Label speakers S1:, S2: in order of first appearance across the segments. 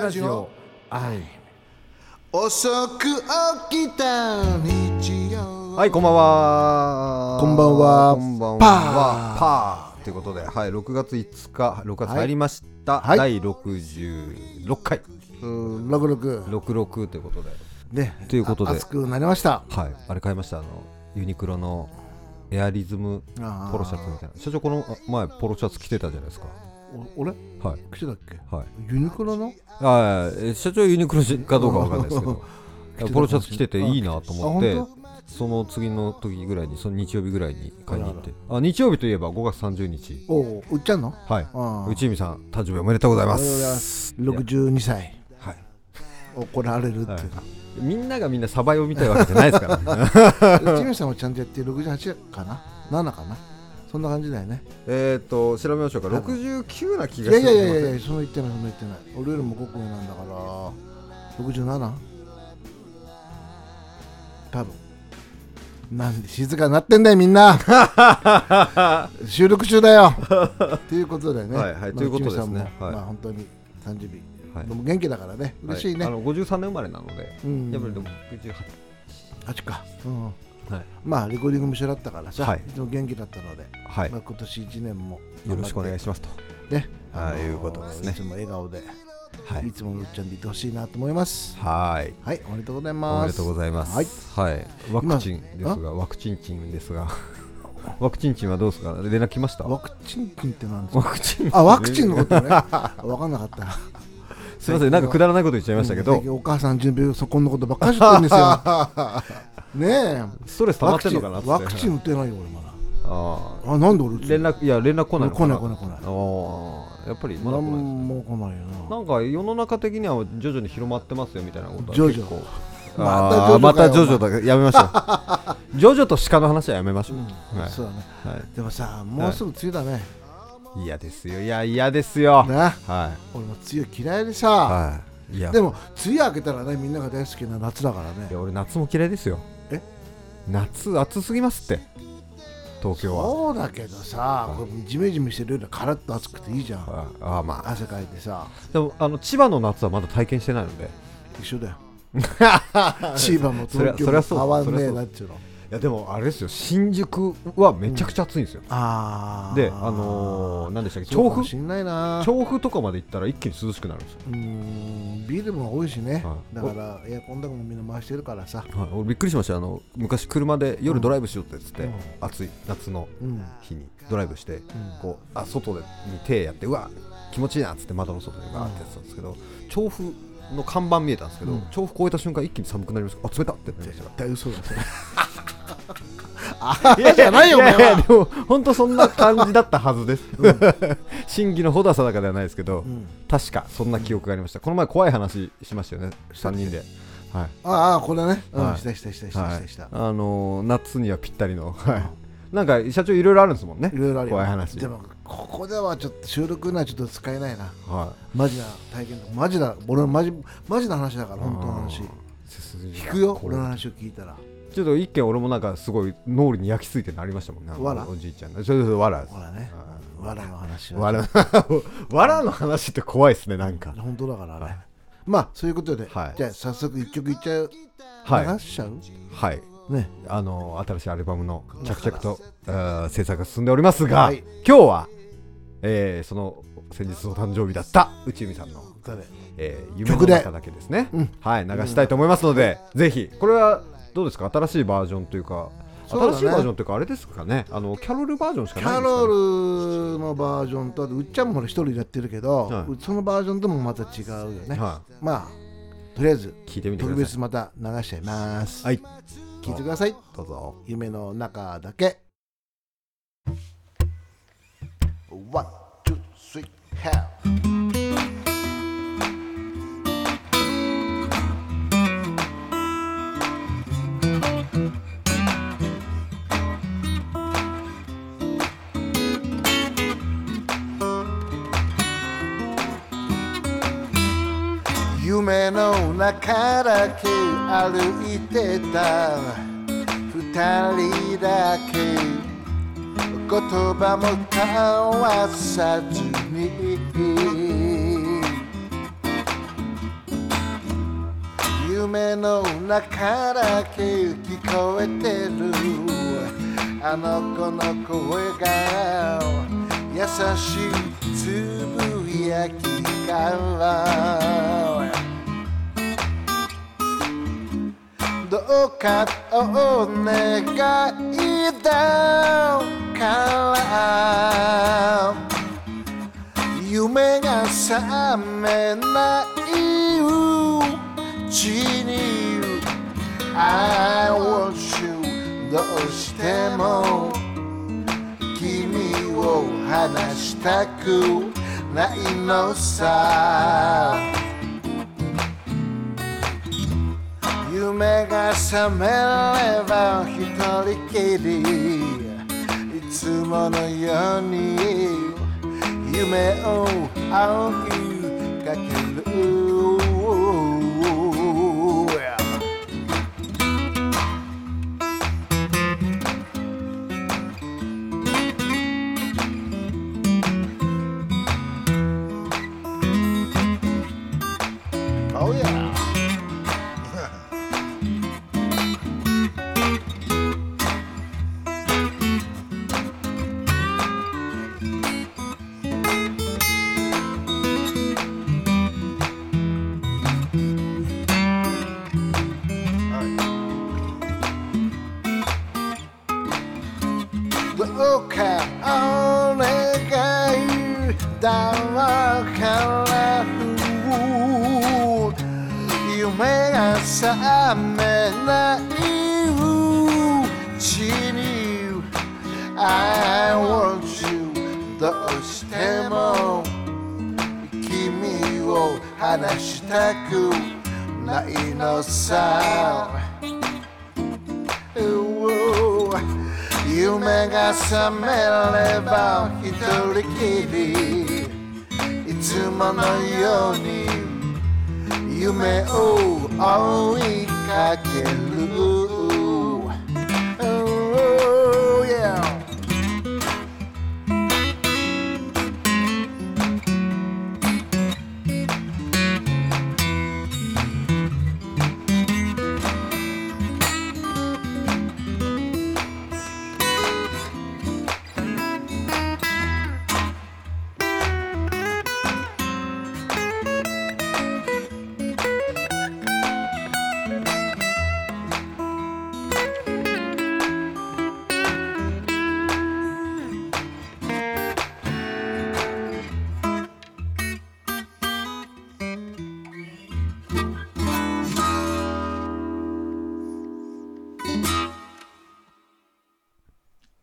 S1: ラジオ
S2: はい、
S1: 遅く起きた日曜
S2: はい、こんばんは
S1: こんばんは
S2: こんばんはパーということで、はい、6月5日6月入りました、
S1: はい
S2: 第66回
S1: うんろくろく
S2: 66ということで
S1: ね
S2: ということで
S1: あ熱くなりました
S2: はいあれ買いましたあのユニクロのエアリズム
S1: あー
S2: ポロシャツみたいな社長このあ前ポロシャツ着てたじゃないですか
S1: お俺
S2: はい
S1: 来てたっけ
S2: はい
S1: ユニクロの
S2: あーえ社長ユニクロかどうかわかんないです けどポロシャツ着てていいなと思って
S1: あ本
S2: その次の時ぐらいにその日曜日ぐらいに買いに行ってあ日曜日といえば5月30日
S1: おう売っちゃうの
S2: はい
S1: あー
S2: 内海さん誕生日おめでとうございま
S1: おはようございますす62歳
S2: はい
S1: 怒られるっていう
S2: みんながみんなサバイを見たいわけじゃないです からね
S1: 内海さんはちゃんとやって68かな7かなそんな感じだよね
S2: えっと調べましょうか69な気
S1: い
S2: が
S1: や
S2: する
S1: いやいやいやいやその言ってないその言ってない俺よりも5個上なんだから67多分なんで静かになってんだよみ んな収録中だよということでね
S2: はいはい
S1: まあ
S2: ということですね
S1: 内海さんも
S2: はい
S1: まあ本当に誕生
S2: は
S1: 日、
S2: い
S1: でも元気だからね嬉しいね、
S2: はあの53年生まれなので
S1: うん
S2: やっぱりでも68
S1: 8か、うん、
S2: はい
S1: まあレコーディングも一緒だったからさ、
S2: はい
S1: い、つも元気だったので、
S2: はい
S1: まあ、今年1年も
S2: よろしくお願い
S1: し
S2: しますと
S1: ますね
S2: はい
S1: のー
S2: いうことですね
S1: いつも笑顔で
S2: はいい
S1: つものっちゃんでいてほしいなと思います。
S2: はい
S1: はい、おめでとうございます。
S2: おめでとうございま
S1: はい。
S2: す。はい、ワクチンですが、ワクチンチンですが、 ワクチンチンはどうですか連絡来ました
S1: ワ
S2: ワ
S1: クチン菌ってなんですか
S2: クチン
S1: あ、ワクチンのことね。わかんなかった。
S2: すみません、なんかくだらないこと言っちゃいましたけ
S1: 最
S2: ど
S1: 近、お母さん準備そこのことばっかり知ってるんです よ。ねえ。
S2: ストレス溜まってんのかなって。
S1: ワクチンワクチン打てないよ、俺ま
S2: あ
S1: だ。あ、なんで俺打
S2: ー
S1: つ
S2: 連絡、いや、連絡来ないのか
S1: 来ない来ない来ない
S2: ああ、やっぱりまだ
S1: な
S2: 来ないです
S1: んも来ないよな。
S2: なんか世の中的には徐々に広まってますよみたいなことは
S1: 徐々
S2: 結構。
S1: また
S2: あーまたジョジョだやめましょ う。ジョジョと鹿の話はやめましょう。
S1: うん
S2: はい
S1: そうだね。
S2: は
S1: でもさ、もうすぐ梅雨だね。
S2: い。嫌ですよ。いや嫌ですよ。はい
S1: な。俺も梅雨嫌いでさ。
S2: はい。いや
S1: でも、梅雨明けたらね、みんなが大好きな夏だからね
S2: い。や俺夏も嫌いですよ
S1: え
S2: 夏暑すぎますって東京は
S1: そうだけどさ、これジメジメしてるよりはカラッと暑くていいじゃん。
S2: ああまあ
S1: 汗かいてさ、
S2: でもあの千葉の夏はまだ体験してない のでい
S1: 一緒だよ。千葉も東京
S2: そりゃそり
S1: も
S2: ゃそう
S1: 合わ
S2: そり
S1: ね
S2: ゃ
S1: え
S2: そう
S1: なっちゅうの。
S2: やでもあれですよ新宿はめちゃくちゃ暑いんですよ、
S1: あー
S2: であのー、何でしたっけ
S1: そう
S2: 調
S1: か
S2: 布
S1: もしんないな。
S2: 調布とかまで行ったら一気に涼しくなるんですよ
S1: うーん、ビールも多いしね。
S2: はい
S1: だからエアコンとかもみんな回してるからさ。
S2: はい、俺びっくりしましたあの昔車で夜ドライブしようって言ってて、
S1: うん
S2: 暑い夏の
S1: うん。
S2: 日にドライブして、こうあ外でに手やってうわ気持ちいいなっつって窓の外でわーってやってたんですけど、調布の看板見えたんですけど、
S1: うん
S2: 調布越えた瞬間一気に寒くなりましたあ冷たってなりまし
S1: 絶対嘘 だそれ。
S2: たいや
S1: じゃないよ
S2: いやい
S1: お前は
S2: やでも本当そんな感じだったはず です、真偽のほどは定かではないですけど、
S1: うん
S2: 確かそんな記憶がありましたこの前怖い話しましたよね3人で、はい
S1: ああ、これね。う
S2: は
S1: ん、
S2: い
S1: したしたしたした
S2: は
S1: し
S2: い
S1: たした。
S2: あのー夏にはぴったりの、はい、なんか社長いろいろあるんですもんね
S1: いろいろあるよ。
S2: 怖い話
S1: でも、ここではちょっと収録にはちょっと使えないな。
S2: は
S1: マジな体験とかマジな俺のマジマジな話だから
S2: い、
S1: 本当の話
S2: うん背筋が
S1: 聞くよ
S2: こう
S1: 俺の話を聞いたら
S2: ちょっと一見俺もなんかすごい脳裏に焼き付いてなりましたもんね。
S1: わら
S2: おじいちゃんの。そうそうそうわらです。
S1: ほらね
S2: あ
S1: わらの話
S2: あ
S1: は
S2: わら。 わらの話って怖いですね、なんか。
S1: 本当だからあれ、まあそういうことで、
S2: はい
S1: じゃあ早速一曲いっちゃう、
S2: は
S1: 流しちゃう
S2: い。はい。
S1: ね
S2: あの、新しいアルバムの着々とあー制作が進んでおりますが、
S1: はい
S2: 今日は、えーその先日お誕生日だった内海さんの、
S1: 歌で
S2: えー夢の
S1: 曲で
S2: 中だけですね、
S1: うん
S2: はい、流したいと思いますので、ぜひ、これはどうですか、新しいバージョンというか、
S1: そうだね
S2: 新しいバージョンというか、あれですかね、あのキャロルバージョンしか
S1: キ
S2: ないん
S1: ャ
S2: ですか、ね、
S1: ロルのバージョンとあとうっちゃんもほら一人でやってるけど、
S2: はいう
S1: そのバージョンともまた違うよね、
S2: は
S1: まあとりあえず
S2: い、聞いてみてく
S1: 特
S2: ださ
S1: 別また流しちゃいます、
S2: い。はい、
S1: 聞いてください
S2: どうぞ。
S1: 夢の中だけ One, two, three, have 夢の中だけ歩いてた二人だけ言葉も交わさずに夢の中だけ聞こえてるあの子の声が優しいつぶやきからどうかお願いだから夢が覚めないうちに I want you どうしても君を離したくないのさ夢が覚めれば一人きりいつものように夢を追いかけるおやどうかお願いだから夢が覚めないうちに I want you どうしても君を離したくないのさ夢が覚めれば一人きりいつものように夢を追いかける Oh, yeah.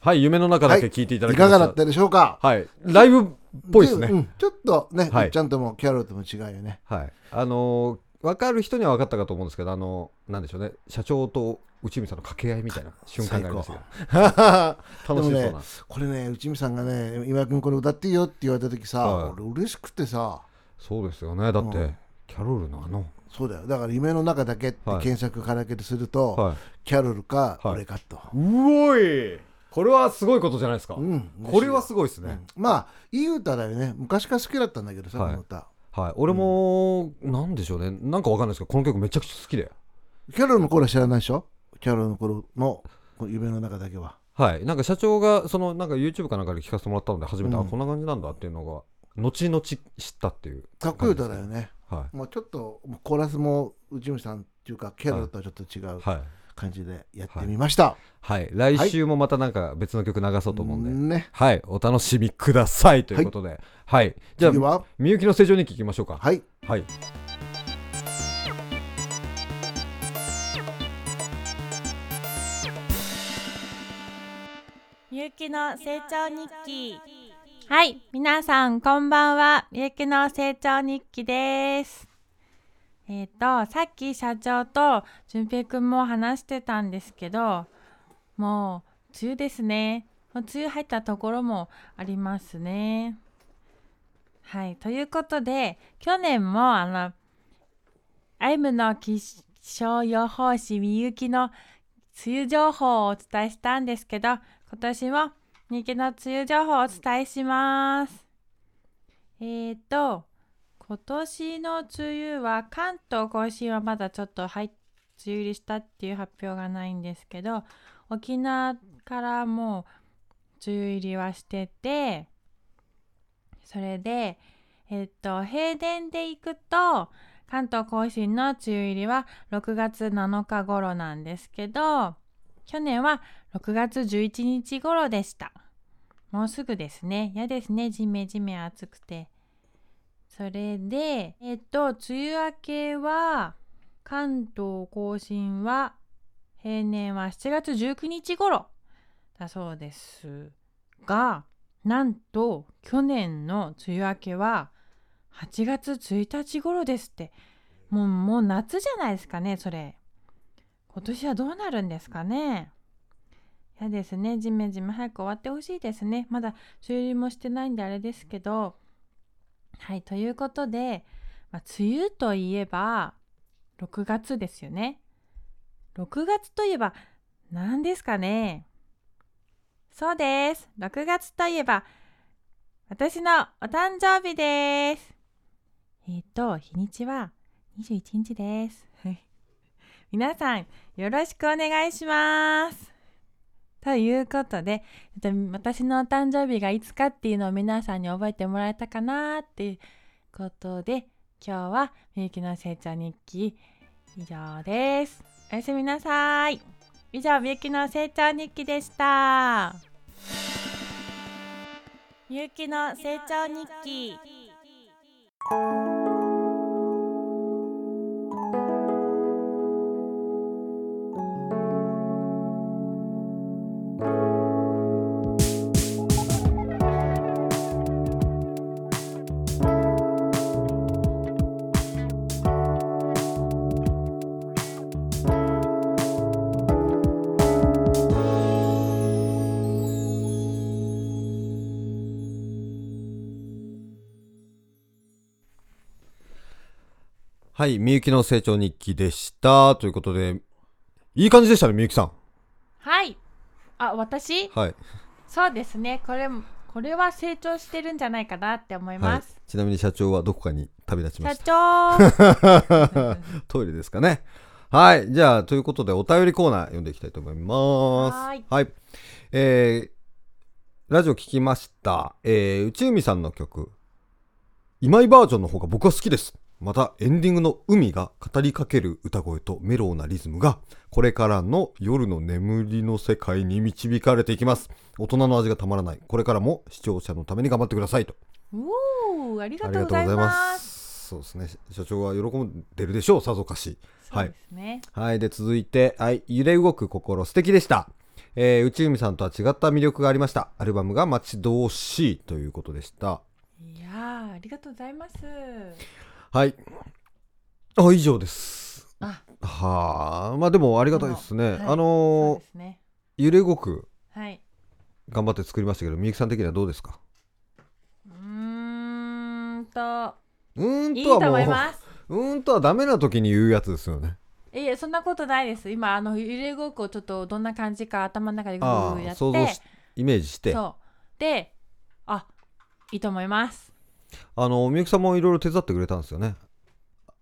S3: はい、夢の中だけ聞いていただきま
S1: か
S3: した。
S1: がだったでしょうか
S3: はい、ライブっぽいですね。
S1: うんちょっとね、
S3: はい
S1: ちゃんともうキャロルとも違うよね
S2: はい、あのー、分かる人には分かったかと思うんですけど、あのーなんでしょうね、社長と内海さんの掛け合いみたいな瞬間がありますよ。楽しそう
S1: で
S2: な、
S1: もねこれね内海さんがね「今井君これ歌っていいよ」って言われた時さ、
S2: はい
S1: 俺嬉しくてさ
S2: そうですよね、だって、
S1: うん
S2: キャロルのあの、
S1: そうだよだから夢の中だけって
S2: はい
S1: 検索カラオケですると、
S2: はい、
S1: キャロルか
S2: はい
S1: 俺かと、
S3: うおいこれはすごいことじゃないですか。
S1: うん
S2: これはすごいですね。
S1: まあいい歌だよね昔から好きだったんだけどさ、
S2: はい
S1: この歌
S2: はい、俺も、なんでしょうね、なんか分かんないですけど、この曲めちゃくちゃ好きで、
S1: キャロルの頃は知らないでしょキャロルの頃のこの夢の中だけは
S2: はい、なんか社長が、そのなんか YouTube かなんかで聞かせてもらったので、初めて、
S1: うん
S2: あこんな感じなんだっていうのが、後々知ったっていう、
S1: かっこいい歌だよね
S2: は
S1: もうちょっともうコーラスも内海さんっていうかキャロルとはちょっと違
S2: い、
S1: う
S2: はい、
S1: 感じでやってみました、
S2: はい、来週もまたなんか別の曲流そうと思うんで。
S1: ね
S2: はい、お楽しみくださいということで、はい、じゃあ
S1: 次、は
S2: みゆきの成長日記いきましょうか。
S1: はい
S2: はい。
S4: みゆきの成長日記はい皆さんこんばんはみゆきの成長日記ですえっ、とさっき社長と淳平くんも話してたんですけどもう梅雨ですねもう梅雨入ったところもありますねはいということで去年もあのアイムの気象予報士みゆきの梅雨情報をお伝えしたんですけど今年も人気の梅雨情報をお伝えしますえーと今年の梅雨は関東甲信はまだちょっと入っ梅雨入りしたっていう発表がないんですけど沖縄からもう梅雨入りはしててそれでえっと平電で行くと関東甲信の梅雨入りは6月7日頃なんですけど去年は6月11日頃でしたもうすぐですね嫌ですねジメジメ暑くてそれでえっと梅雨明けは関東甲信は平年は7月19日頃だそうですがなんと去年の梅雨明けは8月1日頃ですってもうもう夏じゃないですかねそれ今年はどうなるんですかね嫌ですねジメジメ早く終わってほしいですねまだ梅雨入りもしてないんであれですけどはいということで、まあ、梅雨といえば6月ですよね6月といえば何ですかねそうです6月といえば私のお誕生日ですえっ、と日にちは21日です はい皆さんよろしくお願いしますということでちょっと私のお誕生日がいつかっていうのを皆さんに覚えてもらえたかなっていうことで今日はみゆきの成長日記以上ですおやすみなさい以上みゆきの成長日記でしたみゆきの成長日記
S2: はい、みゆきの成長日記でした。ということで、いい感じでしたね、みゆきさん。
S4: はいあ私
S2: はい。
S4: そうですねこれこれは成長してるんじゃないかなって思
S2: は
S4: い
S2: い
S4: ます、、
S2: ちなみに社長はどこかに旅立ちまし
S4: 社 長
S2: た。 トイレですかね。はい。じゃあ、ということで、お便りコーナー読んでいきたいと思います。
S4: はーい
S2: えーラジオ聞きました。えー、内海さんの曲、今井バージョンの方が僕は好きです。また、エンディングの海が語りかける歌声とメロウなリズムが、これからの夜の眠りの世界に導かれていきます。大人の味がたまらない。これからも視聴者のために頑張ってくださいと。
S4: おーありが
S2: あり
S4: と
S2: が
S4: う
S2: とう
S4: ござい
S2: ござい
S4: ま
S2: ますす。そうですね。社長は喜んでるでしょう、さぞかし。
S4: そうですね
S2: はい。で、続いて、はい、揺れ動く心、素敵でした。えー、内海さんとは違った魅力がありました。アルバムが待ち遠しいということでした。
S4: いやーありがとうございます。
S2: はい。あ、以上です。
S4: あ
S2: はあ。まあでも、ありがたいですね。
S4: はい
S2: あ
S4: そう
S2: の
S4: ですね。
S2: ー揺れ動く、
S4: はい。
S2: 頑張って作りましたけど、みゆきさん的にはどうですか
S4: うーんと
S2: うーん
S4: いい
S2: とは
S4: と
S2: もう、
S4: 思います。
S2: うーんとはダメな時に言うやつですよね。
S4: いやそんなことないです。今あの揺れ動くをちょっとどんな感じか頭の中でグー
S2: あ
S4: グーや
S2: あ、
S4: って、
S2: 想像し、イメージして。
S4: そうで、あいいと思います。
S2: あのみゆきさんもいろいろ手伝ってくれたんですよね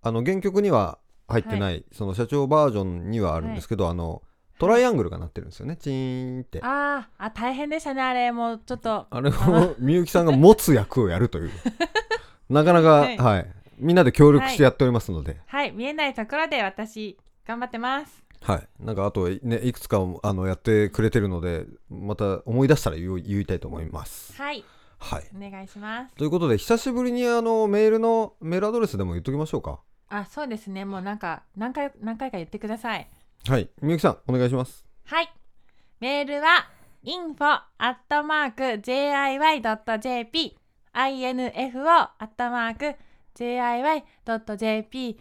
S2: あの原曲には入ってない、その社長バージョンにはあるんですけど、あのトライアングルが鳴ってるんですよねチーンってあ
S4: あーあ大変でしたねあれもうちょっと
S2: れ をみゆきさんが持つ役をやるという なかなか
S4: は
S2: はいい、みんなで協力してやっておりますので、
S4: はい見えないところで私頑張ってます。
S2: はいなんかあとねいくつかあのやってくれてるのでまた思い出したら言う言いたいと思います
S4: はい
S2: はい
S4: お願いします。
S2: ということで久しぶりにあのメールのメールアドレスでも言っときましょうか
S4: あそうですねもうなんか何回何回か言ってください。
S2: はいみゆきさんお願いします
S4: はい。メールは info.jiy.jp info.jiy.jp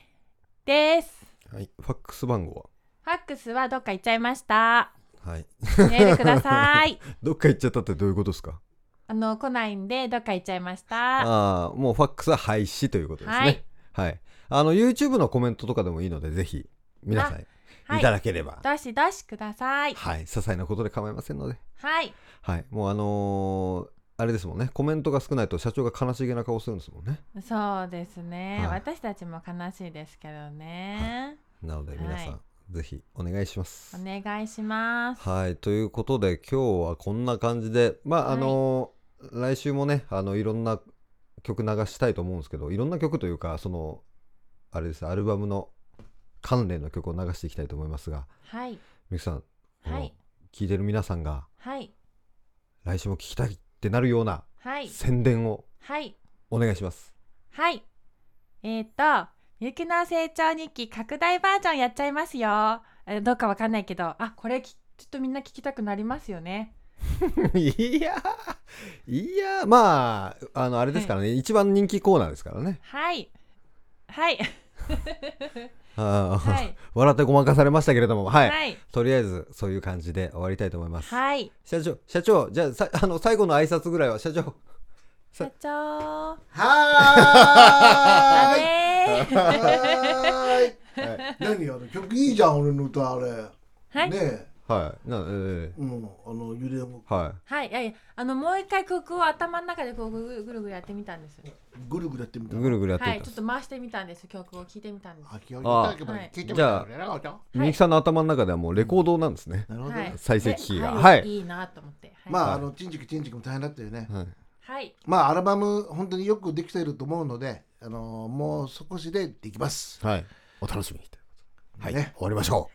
S4: です。
S2: はいファックス番号は
S4: ファックスはどっか行っちゃいました。
S2: はい。
S4: メールくださ い。
S2: どっか行っちゃったってどういうことですか
S4: あの、来ないんで、どっか行っちゃいました。
S2: ああ、もうファックスは廃止ということですね。はい。あの、YouTube のコメントとかでもいいので、ぜひ、皆さん、、
S4: はいい
S2: た。だければ、はい、
S4: どしどしください。
S2: 些細なことで構いませんので、
S4: はい。
S2: はい。もうあのあれですもんねコメントが少ないと社長が悲しげな顔するんですもんね
S4: そうですね、
S2: はい
S4: 私たちも悲しいですけどね、
S2: なので皆さん、
S4: は
S2: ぜひお願いします
S4: お願いします
S2: はいということで今日はこんな感じでまあ
S4: は
S2: あ
S4: い
S2: の、来週もねあのいろんな曲流したいと思うんですけどいろんな曲というかそのあれですアルバムの関連の曲を流していきたいと思いますが
S4: はい
S2: みくさんこ
S4: は
S2: の
S4: い
S2: 聞いてる皆さんが
S4: はい
S2: 来週も聞きたいってなるような
S4: はい
S2: 宣伝を
S4: はい
S2: お願いし ます。
S4: はい。えっ、と、みゆきの成長日記拡大バージョンやっちゃいますよ。えどうかわかんないけど、あ、これきちょっとみんな聞きたくなりますよね。
S2: いやーいやーまああのあれですからね、一番人気コーナーですからね。
S4: はい。はい。
S2: あー
S4: はい。
S2: 笑ってごまかされましたけれども、はい、
S4: はい。
S2: とりあえずそういう感じで終わりたいと思います。
S4: はい。
S2: 社長社長じゃあさ あの最後の挨拶ぐらいは社長
S4: 社長。
S1: はーい
S4: だねー。
S1: はーい何やる曲いいじゃん俺の歌あれ、
S4: はい
S1: ねえ、
S2: はいなえ
S1: うん、あの揺れも
S2: ー、はい
S4: はい。いやいや、あの、もう一回曲を頭の中でこうぐるぐるぐるやってみたんです。
S1: ぐるぐるやってみた
S2: ぐるぐるやってみ
S4: は
S2: た
S4: い。ちょっと回してみたんです。曲を聞いてみたんです。
S1: 秋葉原行った時まで聞いてみたよねなんか
S2: みゆきさんの頭の中ではもうレコードなんですね。
S1: なるほど、
S4: はい。
S2: 再生機器が
S4: で
S2: は
S4: はいい。いいなと思って。はい。
S1: まあ、
S2: はい
S1: あのチンチクチンチクも大変だったよね、
S2: はい
S4: はい。
S1: まあアルバム本当によくできていると思うのであのもう少しでできます、
S2: はい、お楽しみにということではい、
S1: ね
S2: 終わりましょ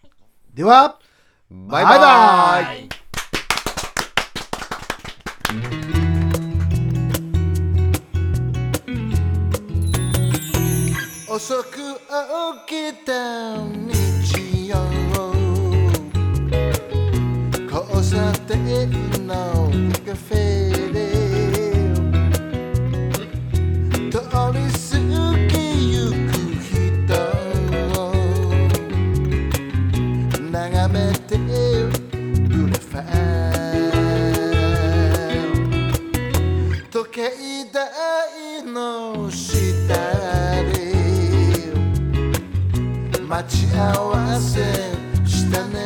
S1: では
S2: う。
S1: バ
S2: バ
S1: イババイバーイ遅く起きた日曜交差点のカフェで通り過ぎゆく人を眺めてグラファー時計台の下で待ち合わせしたね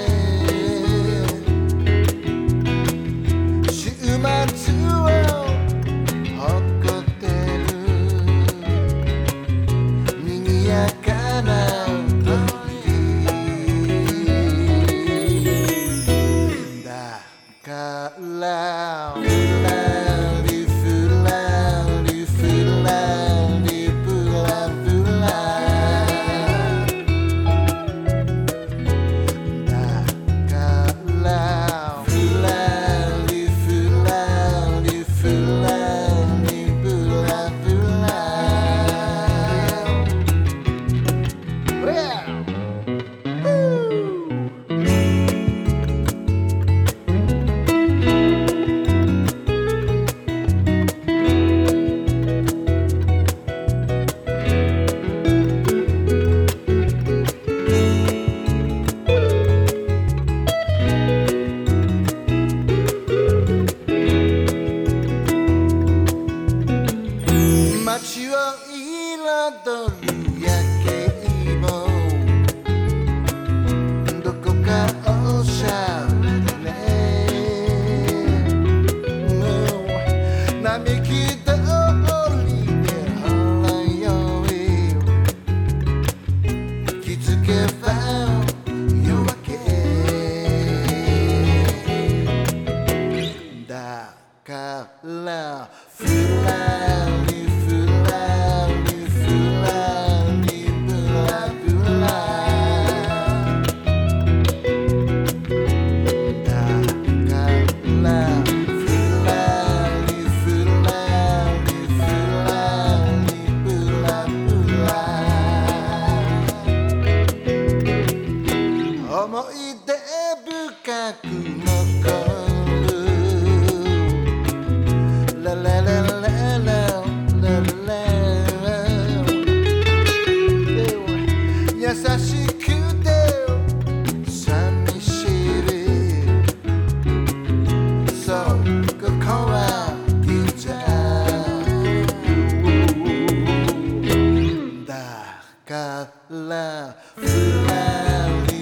S1: 週末を誇ってる賑やかな時だからふらりふらりふらりふらふらだからふらりふらりふらりふらふらふら街を彩る夜景もどこかおしゃれねもう並木通りで払よい気づけば夜明けだからふらりふらりふらりふらふらだからふらりふらりふらりふらふら思い出深く残るラララララララ優しくて寂しいそうここは銀座だからふらり